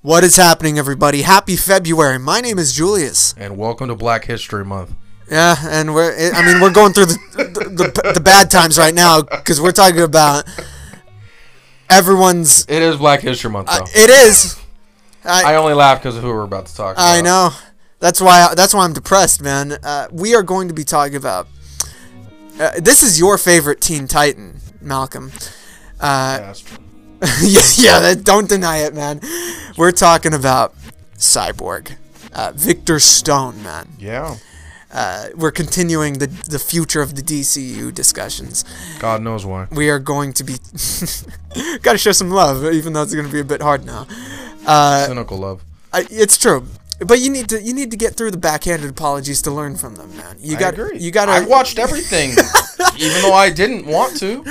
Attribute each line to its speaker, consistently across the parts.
Speaker 1: What is happening, everybody? Happy February. My name is Julius.
Speaker 2: And welcome to Black History Month.
Speaker 1: Yeah, and we're, it- I mean, we're going through the, the, the, the bad times right now because we're talking about everyone's.
Speaker 2: It is Black History Month, though.
Speaker 1: It is.
Speaker 2: I only laugh because of who we're about to talk about.
Speaker 1: I know. That's why. That's why I'm depressed, man. Uh, we are going to be talking about. Uh, this is your favorite Teen Titan, Malcolm.
Speaker 2: That's true.
Speaker 1: yeah, yeah. That, don't deny it, man. We're talking about Cyborg, uh, Victor Stone, man.
Speaker 2: Yeah.
Speaker 1: Uh, we're continuing the the future of the DCU discussions.
Speaker 2: God knows why.
Speaker 1: we are going to be got to show some love, even though it's going to be a bit hard now. Uh,
Speaker 2: Cynical love.
Speaker 1: I, it's true, but you need to you need to get through the backhanded apologies to learn from them, man. You got you got
Speaker 2: I
Speaker 1: to
Speaker 2: watched everything, even though I didn't want to.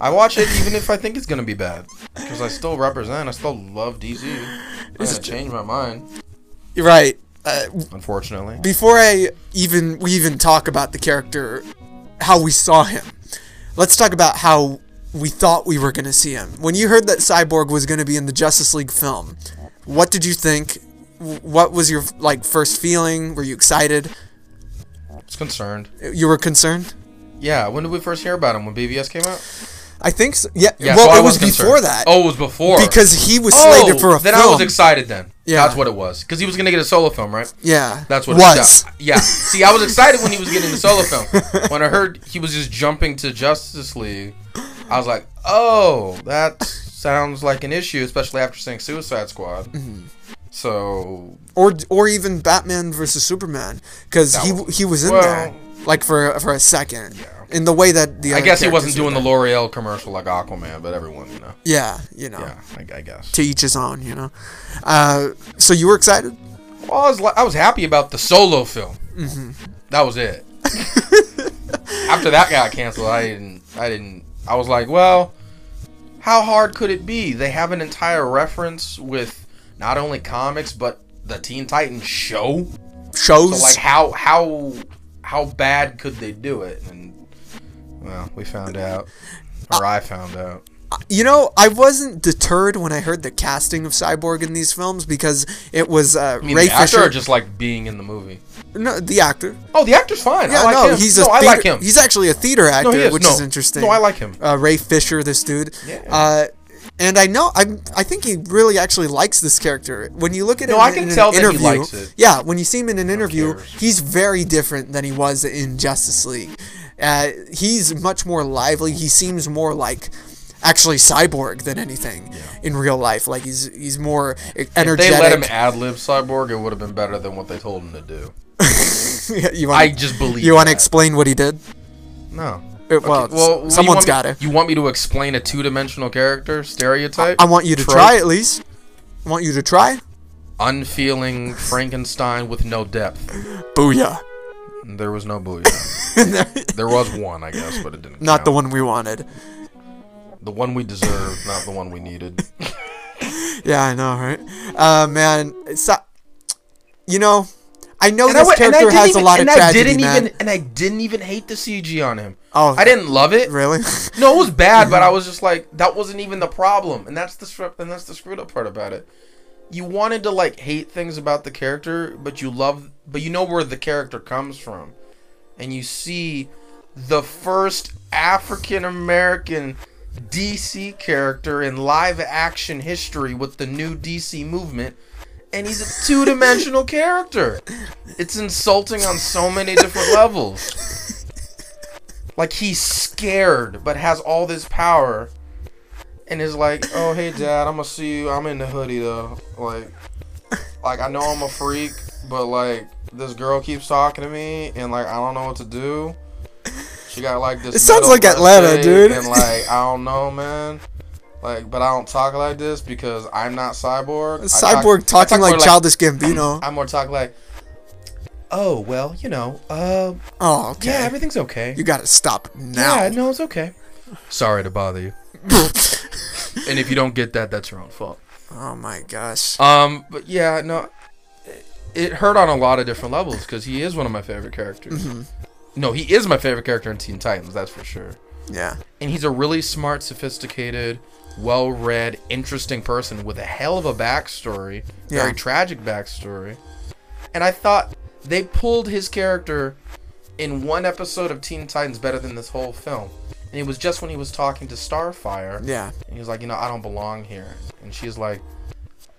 Speaker 2: I watch it even if I think it's gonna be bad, because I still represent. I still love DZ. I'm gonna change my mind,
Speaker 1: right. Uh,
Speaker 2: unfortunately.
Speaker 1: before I even we even talk about the character, how we saw him, let's talk about how we thought we were going to see him. When you heard that Cyborg was going to be in the Justice League film, what did you think? W- What was your like first feeling? Were you excited?
Speaker 2: I was concerned.
Speaker 1: You were concerned?
Speaker 2: Yeah. When did we first hear about him? When BVS came out?
Speaker 1: I think so. Yeah.
Speaker 2: Yeah.
Speaker 1: well,
Speaker 2: so I
Speaker 1: it was
Speaker 2: concerned.
Speaker 1: before that.
Speaker 2: Oh, it was before.
Speaker 1: Because he was
Speaker 2: oh,
Speaker 1: slated for a
Speaker 2: then
Speaker 1: film.
Speaker 2: I was excited. Then.
Speaker 1: Yeah.
Speaker 2: Yeah. That's what it was. Because he was gonna get a solo film, right?
Speaker 1: yeah.
Speaker 2: That's what
Speaker 1: was.
Speaker 2: It, yeah. yeah. See, I was excited when he was getting the solo film. When I heard he was just jumping to Justice League, I was like, "Oh, that sounds like an issue," especially after seeing Suicide Squad.
Speaker 1: Mm-hmm.
Speaker 2: So,
Speaker 1: Or or even Batman versus Superman because he
Speaker 2: was-
Speaker 1: he was in
Speaker 2: well-
Speaker 1: there like for for a second.
Speaker 2: Yeah.
Speaker 1: In the way that the
Speaker 2: I
Speaker 1: other
Speaker 2: guess he
Speaker 1: characters
Speaker 2: wasn't
Speaker 1: were
Speaker 2: doing the
Speaker 1: there.
Speaker 2: L'Oreal commercial like Aquaman, but everyone, you know.
Speaker 1: Yeah. You know.
Speaker 2: Yeah, I, I guess.
Speaker 1: To each his own. You know. Uh, so you were excited.
Speaker 2: Well, I was li- I was happy about the solo film.
Speaker 1: Mm-hmm.
Speaker 2: That was it. After that got canceled, I didn't. I didn't. I was like, well, how hard could it be? They have an entire reference with not only comics but the Teen Titans show.
Speaker 1: Shows.
Speaker 2: So like, how how how bad could they do it? And well, we found out, or I found out.
Speaker 1: you know, I wasn't deterred when I heard the casting of Cyborg in these films because it was uh,
Speaker 2: I mean,
Speaker 1: Ray
Speaker 2: the actor
Speaker 1: Fisher.
Speaker 2: or just like being in the movie.
Speaker 1: no, the actor.
Speaker 2: Oh, the actor's fine.
Speaker 1: Yeah,
Speaker 2: I like
Speaker 1: no,
Speaker 2: him.
Speaker 1: he's a
Speaker 2: no, I
Speaker 1: theater,
Speaker 2: like him.
Speaker 1: He's actually a theater actor,
Speaker 2: he is.
Speaker 1: which
Speaker 2: No.
Speaker 1: is interesting.
Speaker 2: No, I like him.
Speaker 1: Uh, Ray Fisher, this dude.
Speaker 2: Yeah.
Speaker 1: Uh, and I know I I think he really actually likes this character. When you look at
Speaker 2: No,
Speaker 1: him
Speaker 2: I
Speaker 1: in
Speaker 2: can
Speaker 1: an
Speaker 2: tell that he
Speaker 1: interview,
Speaker 2: likes it.
Speaker 1: yeah, when you see him in an interview,
Speaker 2: cares?
Speaker 1: he's very different than he was in Justice League. Uh, he's much more lively. He seems more like actually cyborg than anything in real life. Like he's he's more
Speaker 2: They
Speaker 1: energetic.
Speaker 2: let him ad lib Cyborg. It would have been better than what they told him to do.
Speaker 1: you
Speaker 2: I
Speaker 1: want
Speaker 2: just believe.
Speaker 1: you want to
Speaker 2: that.
Speaker 1: explain what he did?
Speaker 2: no.
Speaker 1: Uh, well,
Speaker 2: Well,
Speaker 1: someone's
Speaker 2: someone's
Speaker 1: got to.
Speaker 2: You want me to explain a two-dimensional character stereotype?
Speaker 1: I want you to
Speaker 2: Trope.
Speaker 1: try at least. I want you to try.
Speaker 2: Unfeeling Frankenstein with no depth.
Speaker 1: Booyah.
Speaker 2: There was no booyah. there was one, I guess, but it didn't.
Speaker 1: Not the
Speaker 2: count.
Speaker 1: one we wanted.
Speaker 2: The one we deserved, not the one we needed.
Speaker 1: Yeah, I know, right? Uh, man, so, you know, I know
Speaker 2: And I
Speaker 1: this
Speaker 2: went- and I
Speaker 1: character
Speaker 2: didn't
Speaker 1: has
Speaker 2: even-
Speaker 1: a lot of
Speaker 2: and I
Speaker 1: tragedy,
Speaker 2: didn't
Speaker 1: man.
Speaker 2: Even, and I didn't even hate the CG on him.
Speaker 1: Oh.
Speaker 2: I didn't love it.
Speaker 1: Really?
Speaker 2: No, it was bad, but I was just like, that wasn't even the problem, and that's the screw- and that's the screwed up part about it. You wanted to like hate things about the character, but you love, but you know where the character comes from, and you see the first African American DC character in live action history with the new DC movement. And he's a two-dimensional character. It's insulting on so many different levels. Like he's scared, but has all this power, and is like, "Oh, hey, Dad, I'm gonna see you. I'm in the hoodie though. Like, like I know I'm a freak, but like this girl keeps talking to me, and like I don't know what to do. She got like this.
Speaker 1: It sounds
Speaker 2: metal
Speaker 1: like Atlanta,
Speaker 2: breastplate,
Speaker 1: dude.
Speaker 2: And like I don't know, man. Like, but I don't talk like this because I'm not cyborg. I talk-
Speaker 1: Cyborg
Speaker 2: I
Speaker 1: talking
Speaker 2: talk more
Speaker 1: like Childish Gambino.
Speaker 2: I more talk like. Oh well, you know, uh,
Speaker 1: Oh, okay.
Speaker 2: yeah, everything's okay.
Speaker 1: you gotta stop now.
Speaker 2: no, it's okay. Sorry to bother you. and if you don't get that, that's your own fault.
Speaker 1: oh my gosh.
Speaker 2: Um, but yeah, no, it- it hurt on a lot of different Mm-hmm. levels because he is one of my favorite characters. No, he is my favorite character in Teen Titans, that's for sure.
Speaker 1: Yeah.
Speaker 2: and he's a really smart, sophisticated, well-read, interesting person with a hell of a backstory,
Speaker 1: Yeah.
Speaker 2: very tragic backstory. And I thought they pulled his character in one episode of Teen Titans better than this whole film. And it was just when he was talking to Starfire,
Speaker 1: Yeah.
Speaker 2: and he was like, you know, I don't belong here. And she's like,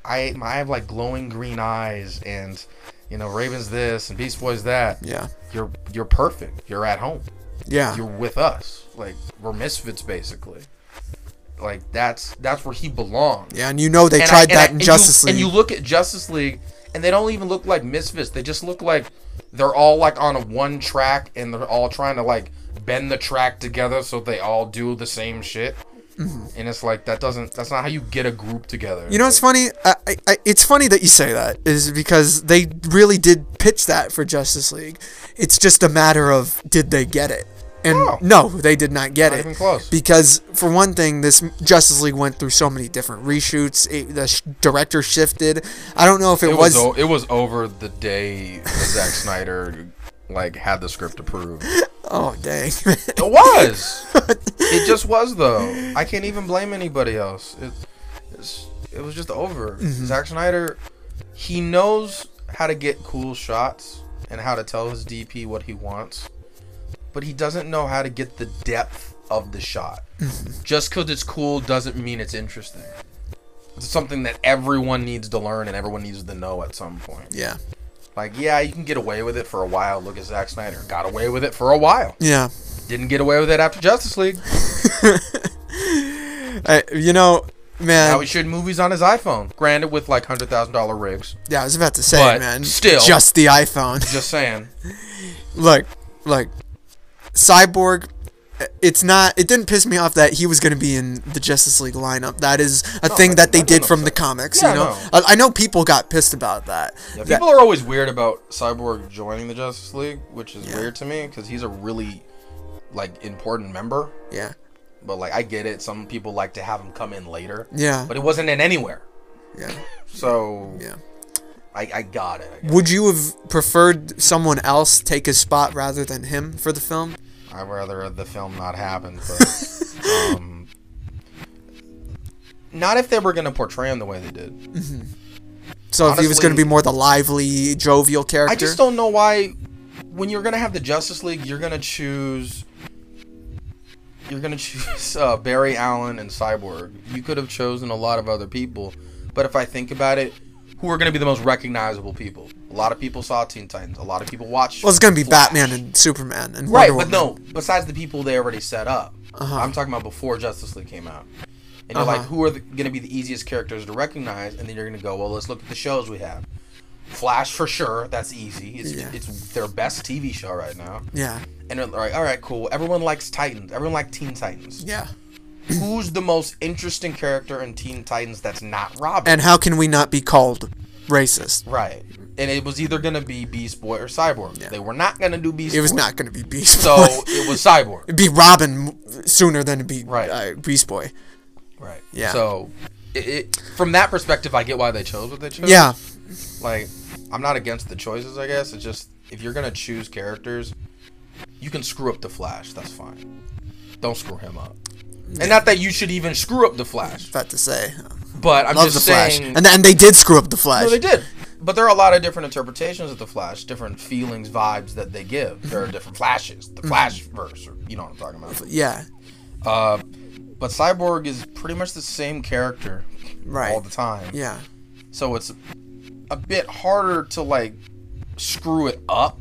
Speaker 2: I I have like glowing green eyes, and you know, Raven's this and Beast Boy's that.
Speaker 1: Yeah.
Speaker 2: You're you're perfect. You're at home
Speaker 1: Yeah.
Speaker 2: you're with us. Like we're misfits basically. Like that's that's where he belongs.
Speaker 1: Yeah, and you know they
Speaker 2: And I-
Speaker 1: tried
Speaker 2: and I-
Speaker 1: that in
Speaker 2: and you-
Speaker 1: Justice League.
Speaker 2: And you look at Justice League, and they don't even look like misfits. They just look like they're all like on a one track, and they're all trying to like bend the track together so they all do the same shit. And it's like that doesn't. That's not how you get a group together.
Speaker 1: Mm-hmm. You know what's funny? I, I, I, it's funny that you say that is because they really did pitch that for Justice League. It's just a matter of did they get it? And
Speaker 2: No.
Speaker 1: no, they did not get
Speaker 2: Oh. Not
Speaker 1: it.
Speaker 2: even close.
Speaker 1: Because for one thing, this Justice League went through so many different reshoots. It, the sh- director shifted. I don't know if it,
Speaker 2: It
Speaker 1: was.
Speaker 2: was, o- it was over the day that Zack Snyder like had the script approved.
Speaker 1: oh dang!
Speaker 2: It was. it just was though. I can't even blame anybody else. It, it's, it was just over. Zack Snyder, he knows how to get cool shots and how to tell his DP what he wants, but he doesn't know how to get the depth of the shot. just because it's cool doesn't mean it's interesting. It's something that everyone needs to learn and everyone needs to know at some point.
Speaker 1: yeah,
Speaker 2: Like, yeah, you can get away with it for a while. Look at Zack Snyder. Got away with it for a while
Speaker 1: yeah.
Speaker 2: didn't get away with it after Justice League.
Speaker 1: I, you know,
Speaker 2: Now
Speaker 1: man.
Speaker 2: he's shooting movies on his iPhone. Granted, with like hundred thousand dollar rigs.
Speaker 1: yeah, I was about to say,
Speaker 2: But
Speaker 1: man.
Speaker 2: still.
Speaker 1: just the iPhone.
Speaker 2: Just saying.
Speaker 1: look, look, Cyborg. It's not. It didn't piss me off that he was going to be in the Justice League lineup. That is a thing
Speaker 2: that-
Speaker 1: that they
Speaker 2: that's
Speaker 1: did
Speaker 2: not
Speaker 1: from the
Speaker 2: upsetting.
Speaker 1: comics.
Speaker 2: Yeah,
Speaker 1: you know,
Speaker 2: no.
Speaker 1: I, I know people got pissed about that.
Speaker 2: Yeah,
Speaker 1: That-
Speaker 2: people are always weird about Cyborg joining the Justice League, which is
Speaker 1: Yeah.
Speaker 2: weird to me because he's a really like important member.
Speaker 1: yeah,
Speaker 2: But like I get it. Some people like to have him come in later.
Speaker 1: yeah,
Speaker 2: But it wasn't in anywhere.
Speaker 1: yeah,
Speaker 2: So
Speaker 1: yeah.
Speaker 2: I, I got it. I, guess.
Speaker 1: Would you have preferred someone else take his spot rather than him for the film?
Speaker 2: I'd rather the film not happen, but um, not if they were gonna portray him the way they did.
Speaker 1: So if he was going to be
Speaker 2: Honestly-
Speaker 1: more the lively, jovial character,
Speaker 2: I just don't know why when you're gonna have the Justice League, you're gonna choose you're gonna choose uh, Barry Allen and Cyborg. You could have chosen a lot of other people, but if I think about it, who are gonna be the most recognizable people? A lot of people saw Teen Titans. A lot of people watched.
Speaker 1: well, it's going to be
Speaker 2: Flash.
Speaker 1: Batman and Superman and
Speaker 2: Right,
Speaker 1: Wonder
Speaker 2: but
Speaker 1: Woman.
Speaker 2: no. Besides the people they already set up,
Speaker 1: Uh-huh.
Speaker 2: I'm talking about before Justice League came out. And you're
Speaker 1: Uh-huh.
Speaker 2: like, who are the, gonna be the easiest characters to recognize? And then you're gonna go, well, let's look at the shows we have. Flash for sure, that's easy. It's,
Speaker 1: Yeah.
Speaker 2: it's their best TV show right now.
Speaker 1: Yeah,
Speaker 2: And they're like, all right, cool. Everyone likes Titans. Everyone likes Teen Titans.
Speaker 1: yeah.
Speaker 2: Who's the most interesting character in Teen Titans that's not Robin?
Speaker 1: And how can we not be called racist?
Speaker 2: right. And it was either gonna be Beast Boy or Cyborg. They were not gonna do Beast.
Speaker 1: It was
Speaker 2: Boy,
Speaker 1: not going to be Beast
Speaker 2: So
Speaker 1: Boy.
Speaker 2: it was Cyborg.
Speaker 1: be Robin sooner than it'd be
Speaker 2: Right.
Speaker 1: uh, Beast Boy.
Speaker 2: Right.
Speaker 1: Yeah.
Speaker 2: So, it, it, from that perspective, I get why they chose what they chose.
Speaker 1: Yeah,
Speaker 2: Like, I'm not against the choices. I guess it's just if you're gonna choose characters, you can screw up the Flash. That's fine. Don't screw him up. And not that you should even screw up the Flash,
Speaker 1: about to say.
Speaker 2: but I'm
Speaker 1: Love the
Speaker 2: just
Speaker 1: Flash,
Speaker 2: saying.
Speaker 1: and and they did screw up the Flash.
Speaker 2: No, they did. But there are a lot of different interpretations of the Flash, different feelings, vibes that they
Speaker 1: Mm-hmm.
Speaker 2: give. There are different Flashes, the Flash verse, or you know what I'm talking about.
Speaker 1: Yeah,
Speaker 2: Uh, but Cyborg is pretty much the same character
Speaker 1: Right.
Speaker 2: all the time.
Speaker 1: yeah,
Speaker 2: so it's a bit harder to like screw it up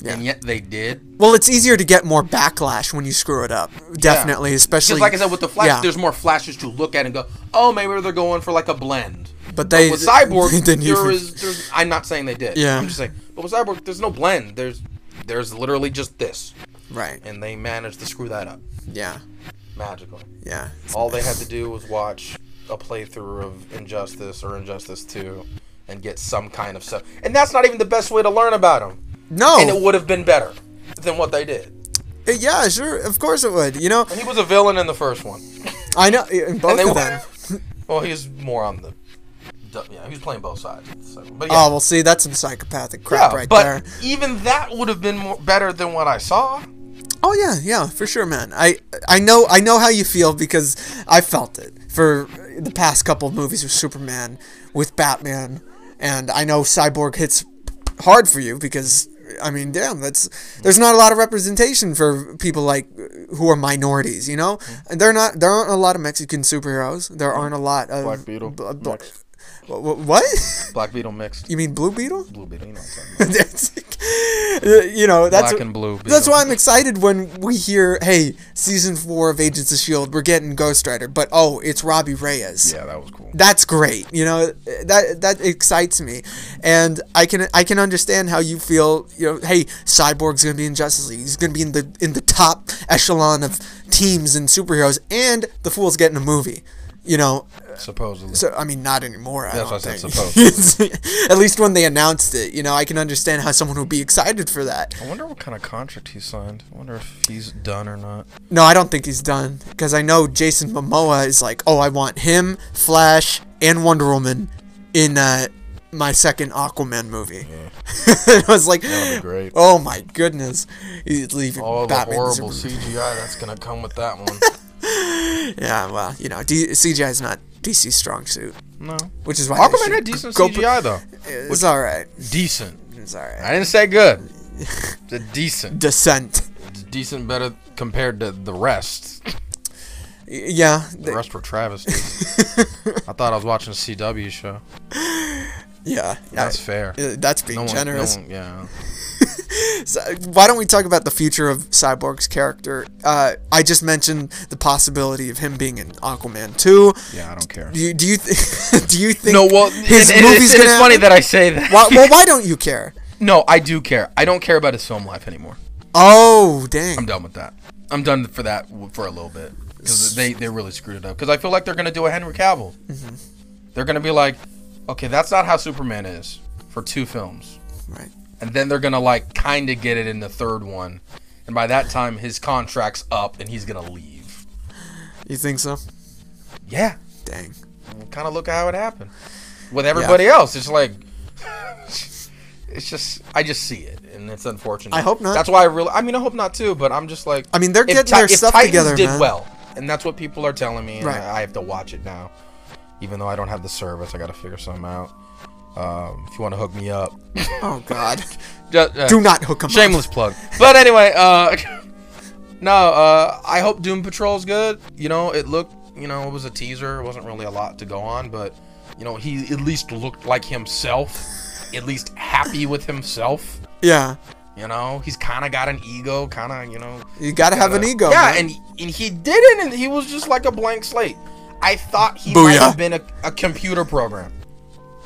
Speaker 1: yeah.
Speaker 2: and yet they did
Speaker 1: well, it's easier to get more backlash when you screw it up. Definitely, especially
Speaker 2: just like i said with the flash
Speaker 1: yeah.
Speaker 2: there's more flashes to look at and go oh maybe they're going for like a blend
Speaker 1: But they
Speaker 2: with cyborg
Speaker 1: they
Speaker 2: there
Speaker 1: didn't even-
Speaker 2: is- there's, i'm not saying they did
Speaker 1: Yeah.
Speaker 2: i'm just saying but with cyborg there's no blend there's there's literally just this
Speaker 1: right.
Speaker 2: and they managed to screw that up
Speaker 1: Yeah,
Speaker 2: magically
Speaker 1: yeah,
Speaker 2: all they had to do was watch a playthrough of injustice or injustice 2 and get some kind of stuff and that's not even the best way to learn about them and it
Speaker 1: no,
Speaker 2: would have been better than what they did.
Speaker 1: yeah, sure, of course it would. You know,
Speaker 2: And he was a villain in the first one.
Speaker 1: I know in both
Speaker 2: And
Speaker 1: of
Speaker 2: were-
Speaker 1: them.
Speaker 2: Well, he was more on the. du- Yeah, he was playing both sides. So, but yeah,
Speaker 1: Oh well, see, that's some psychopathic crap
Speaker 2: Yeah,
Speaker 1: right
Speaker 2: but
Speaker 1: there.
Speaker 2: even that would have been more, better than what I saw.
Speaker 1: Oh yeah, yeah, for sure, man. I I know I know how you feel because I felt it for the past couple of movies with Superman, with Batman, and I know Cyborg hits hard for you because I mean, damn, that's there's not a lot of representation for people like who are minorities, you know.
Speaker 2: Mm-hmm.
Speaker 1: And they're not there aren't a lot of Mexican superheroes. There aren't a lot of
Speaker 2: Black Beetle,
Speaker 1: bl- bl-
Speaker 2: mixed.
Speaker 1: wh- wh- what?
Speaker 2: Black Beetle mixed.
Speaker 1: you mean Blue Beetle?
Speaker 2: Blue Beetle, you know what I'm talking about.
Speaker 1: That's- you know, that's
Speaker 2: Black and blue.
Speaker 1: that's
Speaker 2: Beetle.
Speaker 1: why I'm excited when we hear, "Hey, season four of Agents of Shield, E we're getting Ghost Rider," but oh, it's Robbie Reyes.
Speaker 2: Yeah, that was cool.
Speaker 1: That's great. You know, that that excites me, and I can I can understand how you feel. You know, hey, Cyborg's gonna be in Justice League. He's gonna be in the in the top echelon of teams and superheroes, and the fool's getting a movie. You know,
Speaker 2: Supposedly.
Speaker 1: so I mean, not anymore. I
Speaker 2: That's
Speaker 1: don't
Speaker 2: what I said,
Speaker 1: think. At least when they announced it, you know, I can understand how someone would be excited for that.
Speaker 2: I wonder what kind of contract he signed. I wonder if he's done or not.
Speaker 1: No, I don't think he's done because I know Jason Momoa is like, oh, I want him, Flash, and Wonder Woman in uh, my second Aquaman movie. I was like,
Speaker 2: That'll be great.
Speaker 1: oh my goodness, he's leaving
Speaker 2: All the
Speaker 1: Batman.
Speaker 2: horrible
Speaker 1: Superman.
Speaker 2: CGI that's gonna come with that one.
Speaker 1: Yeah, well, you know, D- CGI is not DC's strong suit,
Speaker 2: no.
Speaker 1: which is why they
Speaker 2: Aquaman
Speaker 1: should
Speaker 2: had decent
Speaker 1: go-
Speaker 2: CGI though.
Speaker 1: It's all right.
Speaker 2: Decent.
Speaker 1: It's all right.
Speaker 2: I didn't say good. The decent.
Speaker 1: Descent.
Speaker 2: It's decent better compared to the rest.
Speaker 1: Y- Yeah,
Speaker 2: The
Speaker 1: th-
Speaker 2: rest were travesties. I thought I was watching a CW show.
Speaker 1: yeah.
Speaker 2: That's
Speaker 1: I-
Speaker 2: fair.
Speaker 1: Uh, That's being
Speaker 2: No one, no
Speaker 1: generous.
Speaker 2: one, yeah.
Speaker 1: So, why don't we talk about the future of Cyborg's character? Uh, I just mentioned the possibility of him being in Aquaman 2.
Speaker 2: Yeah, I don't care.
Speaker 1: Do you, do you, th- do you think
Speaker 2: No, well,
Speaker 1: his
Speaker 2: and- and
Speaker 1: movie's
Speaker 2: it's, and
Speaker 1: gonna
Speaker 2: it's funny
Speaker 1: happen?
Speaker 2: that I say that.
Speaker 1: Why, well, why don't you care?
Speaker 2: no, I do care. I don't care about his film life anymore.
Speaker 1: Oh, dang.
Speaker 2: I'm done with that. I'm done for that w- for a little bit because they they really screwed it up. Because I feel like they're gonna do a Henry Cavill.
Speaker 1: Mm-hmm.
Speaker 2: They're gonna be like, okay, that's not how Superman is for two films,
Speaker 1: Right.
Speaker 2: and then they're gonna like kind of get it in the third one, and by that time his contract's up and he's gonna leave.
Speaker 1: You think so?
Speaker 2: Yeah,
Speaker 1: Dang.
Speaker 2: kind of look at how it happened with everybody else. It's like. It's just I just see it, and it's unfortunate.
Speaker 1: I hope not.
Speaker 2: That's why I really. I mean, I hope not too, but I'm just like.
Speaker 1: I mean, they're
Speaker 2: if
Speaker 1: getting
Speaker 2: Ti-
Speaker 1: their
Speaker 2: if
Speaker 1: stuff
Speaker 2: Titans
Speaker 1: together,
Speaker 2: did
Speaker 1: man.
Speaker 2: well, and that's what people are telling me, and
Speaker 1: Right.
Speaker 2: I, I have to watch it now, even though I don't have the service. I got to figure something out. Um, if you want to hook me up,
Speaker 1: Oh, God.
Speaker 2: just, uh,
Speaker 1: do not hook him up.
Speaker 2: shameless plug. But anyway, uh, no, uh, I hope Doom Patrol's good. You know, it looked, you know, it was a teaser. It wasn't really a lot to go on, but you know, he at least looked like himself, at least happy with himself.
Speaker 1: Yeah.
Speaker 2: You know, he's kind of got an ego, kind of, you know,
Speaker 1: You gotta have an
Speaker 2: uh,
Speaker 1: ego.
Speaker 2: Yeah,
Speaker 1: man.
Speaker 2: and and he didn't, and he was just like a blank slate. I thought he might
Speaker 1: Booyah.
Speaker 2: have been a, a computer program,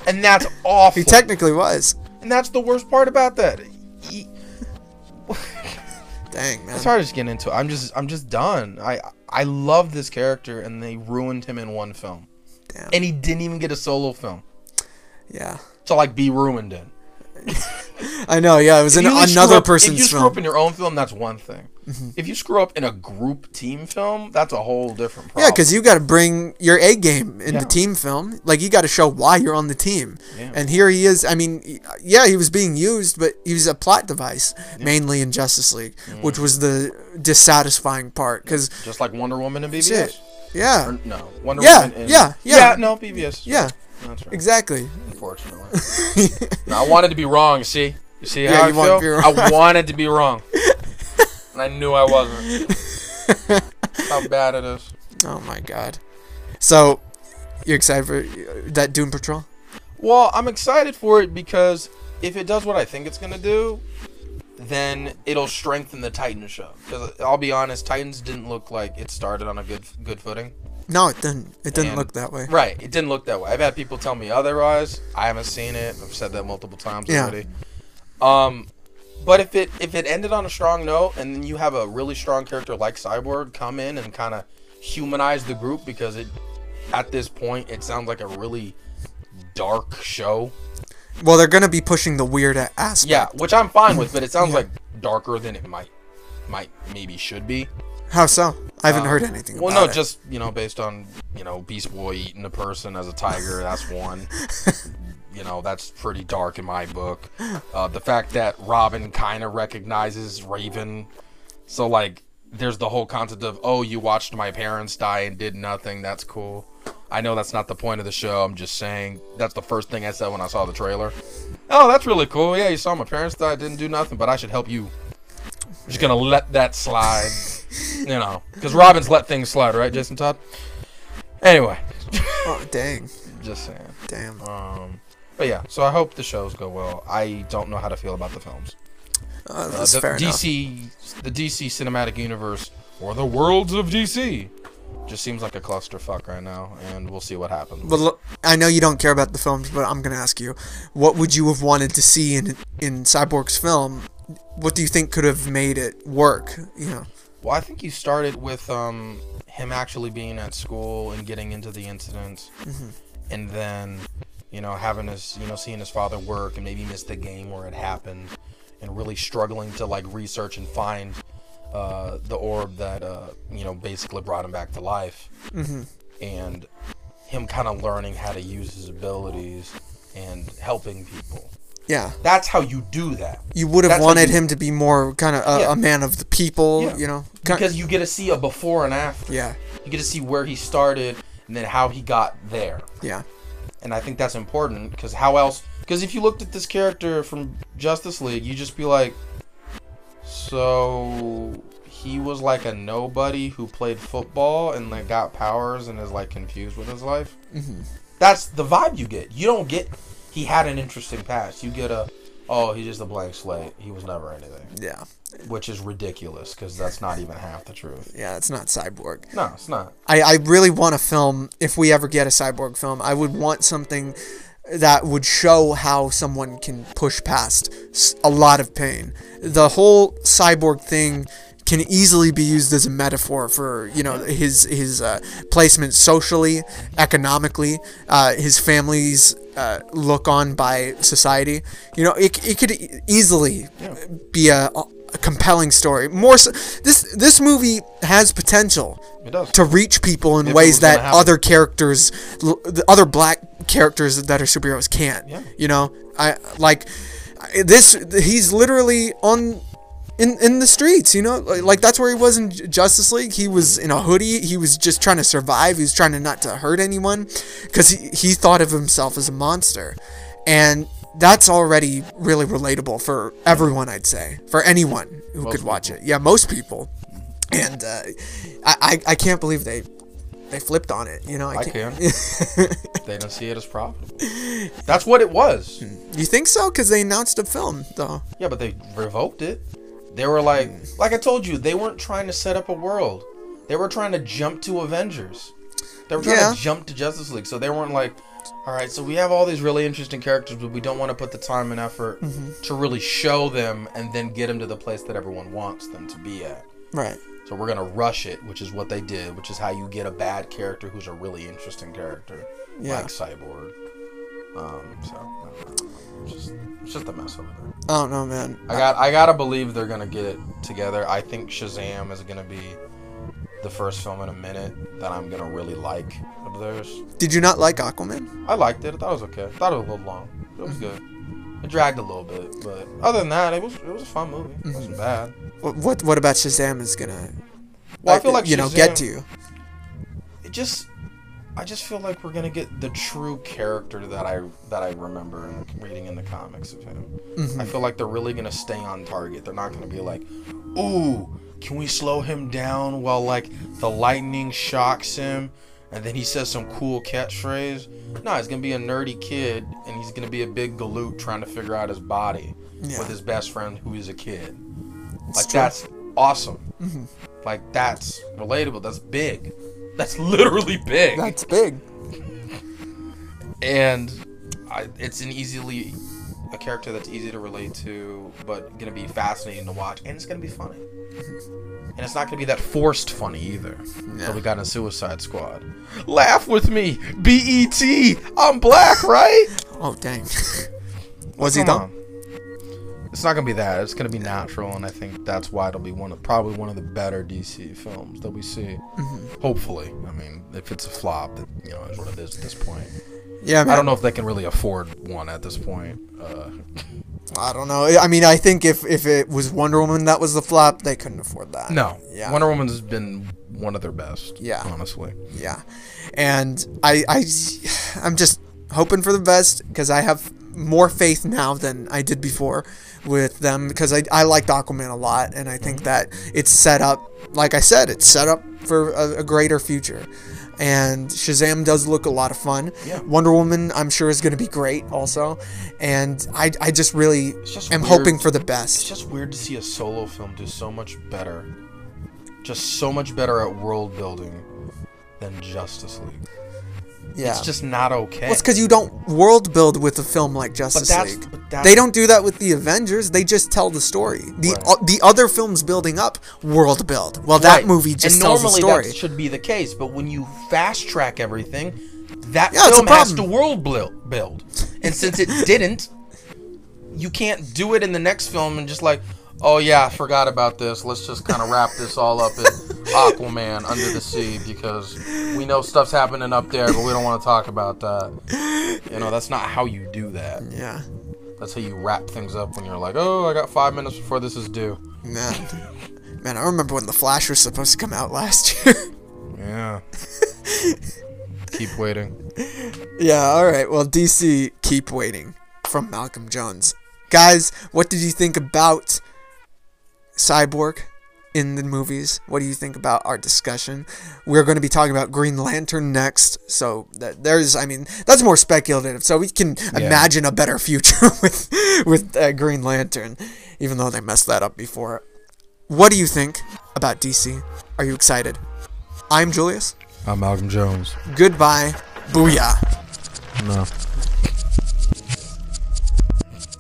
Speaker 2: and that's awful.
Speaker 1: he technically was.
Speaker 2: and that's the worst part about that. He-
Speaker 1: Dang, man.
Speaker 2: it's hard to just get into. It. I'm just I'm just done. I I love this character, and they ruined him in one film,
Speaker 1: Damn.
Speaker 2: and he didn't even get a solo film
Speaker 1: Yeah.
Speaker 2: to like be ruined in.
Speaker 1: I know, yeah. It was in
Speaker 2: If you screw
Speaker 1: another
Speaker 2: up- If you
Speaker 1: person's
Speaker 2: screw
Speaker 1: film. Mm-hmm.
Speaker 2: up in your own film, that's one thing. If you screw up in a group team film, that's a whole different problem.
Speaker 1: Yeah, because you got to bring your A game in
Speaker 2: Um, Yeah.
Speaker 1: the team film. Like you got to show why you're on the team.
Speaker 2: Yeah.
Speaker 1: And here he is. I mean, y- yeah, he was being used, but he was a plot device mainly in Justice League, which was the dissatisfying part. Because
Speaker 2: just like Wonder Woman and BBS.
Speaker 1: shit, yeah,
Speaker 2: Or no, Wonder
Speaker 1: Yeah,
Speaker 2: Woman. and-
Speaker 1: yeah, yeah.
Speaker 2: no, BBS.
Speaker 1: yeah,
Speaker 2: that's right.
Speaker 1: exactly.
Speaker 2: Unfortunately, No, I wanted to be wrong. See, you see
Speaker 1: Yeah,
Speaker 2: how
Speaker 1: you
Speaker 2: I
Speaker 1: wanted
Speaker 2: feel?
Speaker 1: to be wrong.
Speaker 2: I wanted to be wrong, and I knew I wasn't. That's how bad it is.
Speaker 1: Oh my god. So, you're excited for uh, that Doom Patrol?
Speaker 2: Well, I'm excited for it because if it does what I think it's gonna do, then it'll strengthen the Titans show. Because I'll be honest, Titans didn't look like it started on a good good footing.
Speaker 1: No, it didn't. It didn't
Speaker 2: And-
Speaker 1: look that way.
Speaker 2: Right. It didn't look that way. I've had people tell me otherwise. I haven't seen it. I've said that multiple times
Speaker 1: Yeah.
Speaker 2: already. Um, but if it if it ended on a strong note, and then you have a really strong character like Cyborg come in and kind of humanize the group because it at this point it sounds like a really dark show.
Speaker 1: Well, they're gonna be pushing the weird a- aspect.
Speaker 2: Yeah, which I'm fine with, but it sounds like darker than it might might maybe should be.
Speaker 1: How so? I haven't heard anything.
Speaker 2: Uh, Well,
Speaker 1: about
Speaker 2: no,
Speaker 1: it.
Speaker 2: just you know, based on you know, Beast Boy eating a person as a tiger, that's one. you know, that's pretty dark in my book. Uh, the fact that Robin kind of recognizes Raven So like there's the whole concept of oh you watched my parents die and did nothing. That's cool. I know that's not the point of the show. I'm just saying that's the first thing I said when I saw the trailer. Oh, that's really cool. Yeah, you saw my parents die, didn't do nothing, but I should help you. I'm just gonna let that slide, you know, because Robin's let things slide, right, Jason Todd? Anyway,
Speaker 1: Oh, dang.
Speaker 2: just saying.
Speaker 1: Damn.
Speaker 2: Um, but yeah, so I hope the shows go well. I don't know how to feel about the films.
Speaker 1: Uh,
Speaker 2: Uh,
Speaker 1: that's
Speaker 2: the
Speaker 1: fair enough.
Speaker 2: DC, the DC cinematic universe, or the worlds of DC, just seems like a clusterfuck right now, and we'll see what happens.
Speaker 1: But look, I know you don't care about the films, but I'm gonna ask you, what would you have wanted to see in in Cyborg's film? What do you think could have made it work? You know,
Speaker 2: Well, I think you started with um, him actually being at school and getting into the incidents, and then you know having his you know seeing his father work and maybe miss the game where it happened, and really struggling to like research and find uh, the orb that uh, you know basically brought him back to life, and him kind of learning how to use his abilities and helping people.
Speaker 1: yeah,
Speaker 2: That's how you do that.
Speaker 1: you would have
Speaker 2: That's what
Speaker 1: wanted
Speaker 2: you-
Speaker 1: him to be more kind of a,
Speaker 2: Yeah.
Speaker 1: a man of the people.
Speaker 2: Yeah.
Speaker 1: You know, Ki-
Speaker 2: Because you get to see a before and after.
Speaker 1: yeah,
Speaker 2: You get to see where he started and then how he got there.
Speaker 1: yeah,
Speaker 2: And I think that's important because how else? Because if you looked at this character from Justice League, you just be like, so he was like a nobody who played football and like got powers and is like confused with his life.
Speaker 1: Mhm.
Speaker 2: That's the vibe you get. You don't get he had an interesting past. You get a oh he's just a blank slate. He was never anything,
Speaker 1: yeah,
Speaker 2: which is ridiculous because that's not even half the truth.
Speaker 1: yeah. It's not Cyborg.
Speaker 2: No, it's not.
Speaker 1: I, I really want a film if we ever get a cyborg film i would want something that would show how someone can push past s- a lot of pain the whole cyborg thing can easily be used as a metaphor for you know his his uh, placement socially economically uh, his family's uh, look on by society you know it, it could e- easily be a, a compelling story more so, this this movie has potential
Speaker 2: It does.
Speaker 1: to reach people in
Speaker 2: If it was
Speaker 1: ways
Speaker 2: gonna
Speaker 1: that
Speaker 2: happen.
Speaker 1: other characters, l- the other black characters that are superheroes can't.
Speaker 2: Yeah.
Speaker 1: You know, I like I- this. He's literally on. In, in the streets, you know, like like, that's where he was in J- Justice League. He was in a hoodie. He was just trying to survive. He was trying to not to hurt anyone, because he, he thought of himself as a monster, and that's already really relatable for everyone. I'd say for anyone who could watch it. Yeah, most people and uh, I, I I can't believe they they flipped on it. You know,
Speaker 2: I
Speaker 1: I can't.
Speaker 2: can. they don't see it as profitable. That's what it was.
Speaker 1: You think so? Because they announced a film though.
Speaker 2: Yeah, but they revoked it. They were like, like I told you, they weren't trying to set up a world. They were trying to jump to Avengers. They were trying
Speaker 1: Yeah.
Speaker 2: to jump to Justice League. So they weren't like, all right, so we have all these really interesting characters, but we don't want to put the time and effort to really show them and then get them to the place that everyone wants them to be at.
Speaker 1: Right.
Speaker 2: So we're gonna rush it, which is what they did, which is how you get a bad character who's a really interesting character,
Speaker 1: Yeah.
Speaker 2: like Cyborg. Um, so I don't know. it's just, it's just a mess over there.
Speaker 1: I don't know, Oh, man.
Speaker 2: I got I gotta believe they're gonna get it together. I think Shazam is gonna be the first film in a minute that I'm gonna really like of theirs.
Speaker 1: Did you not like Aquaman?
Speaker 2: I liked it. I thought it was okay. I thought it was a little long. It was good. It dragged a little bit, but other than that, it was it was a fun movie. It wasn't bad.
Speaker 1: What what, what about Shazam is gonna? uh,
Speaker 2: Well, I feel like
Speaker 1: you know get
Speaker 2: Shazam-
Speaker 1: to you.
Speaker 2: it just I just feel like we're gonna get the true character that I that I remember in the, reading in the comics of him.
Speaker 1: Mm-hmm.
Speaker 2: I feel like they're really gonna stay on target. They're not gonna be like, "Ooh, can we slow him down while like the lightning shocks him?" And then he says some cool catchphrase. No, he's gonna be a nerdy kid, and he's gonna be a big galoot trying to figure out his body
Speaker 1: Yeah.
Speaker 2: with his best friend who is a kid.
Speaker 1: It's
Speaker 2: Like
Speaker 1: true.
Speaker 2: that's awesome. Like that's relatable. That's big. That's literally big.
Speaker 1: That's big.
Speaker 2: and I, it's an easily a character that's easy to relate to, but gonna be fascinating to watch, and it's gonna be funny. And it's not gonna be that forced funny either. That we got in Suicide Squad. Laugh with me, B E T. I'm black, right?
Speaker 1: Oh dang. Was he
Speaker 2: Come
Speaker 1: done?
Speaker 2: on. It's not gonna be that. It's gonna be natural, and I think that's why it'll be one of probably one of the better DC films that we see.
Speaker 1: Mm-hmm.
Speaker 2: Hopefully, I mean, if it's a flop, that you know is what it is at this point.
Speaker 1: Yeah, man.
Speaker 2: I don't know if they can really afford one at this point. Uh,
Speaker 1: I don't know. I mean, I think if if it was Wonder Woman that was the flop, they couldn't afford that.
Speaker 2: No.
Speaker 1: Yeah.
Speaker 2: Wonder Woman's been one of their best.
Speaker 1: Yeah.
Speaker 2: Honestly.
Speaker 1: Yeah, and I I I'm just hoping for the best because I have more faith now than I did before with them because I I liked Aquaman a lot and I
Speaker 2: Mm-hmm.
Speaker 1: think that it's set up like I said it's set up for a, a greater future. And Shazam does look a lot of fun.
Speaker 2: Yeah.
Speaker 1: Wonder Woman, I'm sure, is going to be great also. And I, I just really
Speaker 2: just
Speaker 1: am
Speaker 2: weird.
Speaker 1: hoping for the best.
Speaker 2: It's just weird to see a solo film do so much better. Just so much better at world building than Justice League.
Speaker 1: Yeah.
Speaker 2: It's just not okay.
Speaker 1: Well, it's because you don't world build with a film like Justice
Speaker 2: that's-
Speaker 1: League.
Speaker 2: but that's-
Speaker 1: they don't do that with the Avengers. They just tell the story. The
Speaker 2: Right.
Speaker 1: o- the other films building up world build. Well,
Speaker 2: Right.
Speaker 1: that movie just
Speaker 2: and
Speaker 1: tells the
Speaker 2: normally
Speaker 1: story.
Speaker 2: That should be the case, but when you fast track everything, that
Speaker 1: Yeah, it's a
Speaker 2: film has to
Speaker 1: problem.
Speaker 2: world buil- build. And since it didn't, you can't do it in the next film and just like, oh yeah, I forgot about this. Let's just kind of wrap this all up in Aquaman under the sea because we know stuff's happening up there, but we don't want to talk about that. You know, that's not how you do that.
Speaker 1: yeah,
Speaker 2: That's how you wrap things up when you're like, oh, I got five minutes before this is due.
Speaker 1: man, man, I remember when the Flash was supposed to come out last year.
Speaker 2: Yeah. Keep waiting.
Speaker 1: yeah. All right. Well, DC, keep waiting from Malcolm Jones. Guys, what did you think about Cyborg in the movies? What do you think about our discussion? We're going to be talking about Green Lantern next, so that there's I mean, that's more speculative. So we can imagine a better future with with uh, Green Lantern, even though they messed that up before. What do you think about DC? Are you excited? I'm Julius.
Speaker 2: I'm Malcolm Jones.
Speaker 1: Goodbye. Booyah.
Speaker 2: No.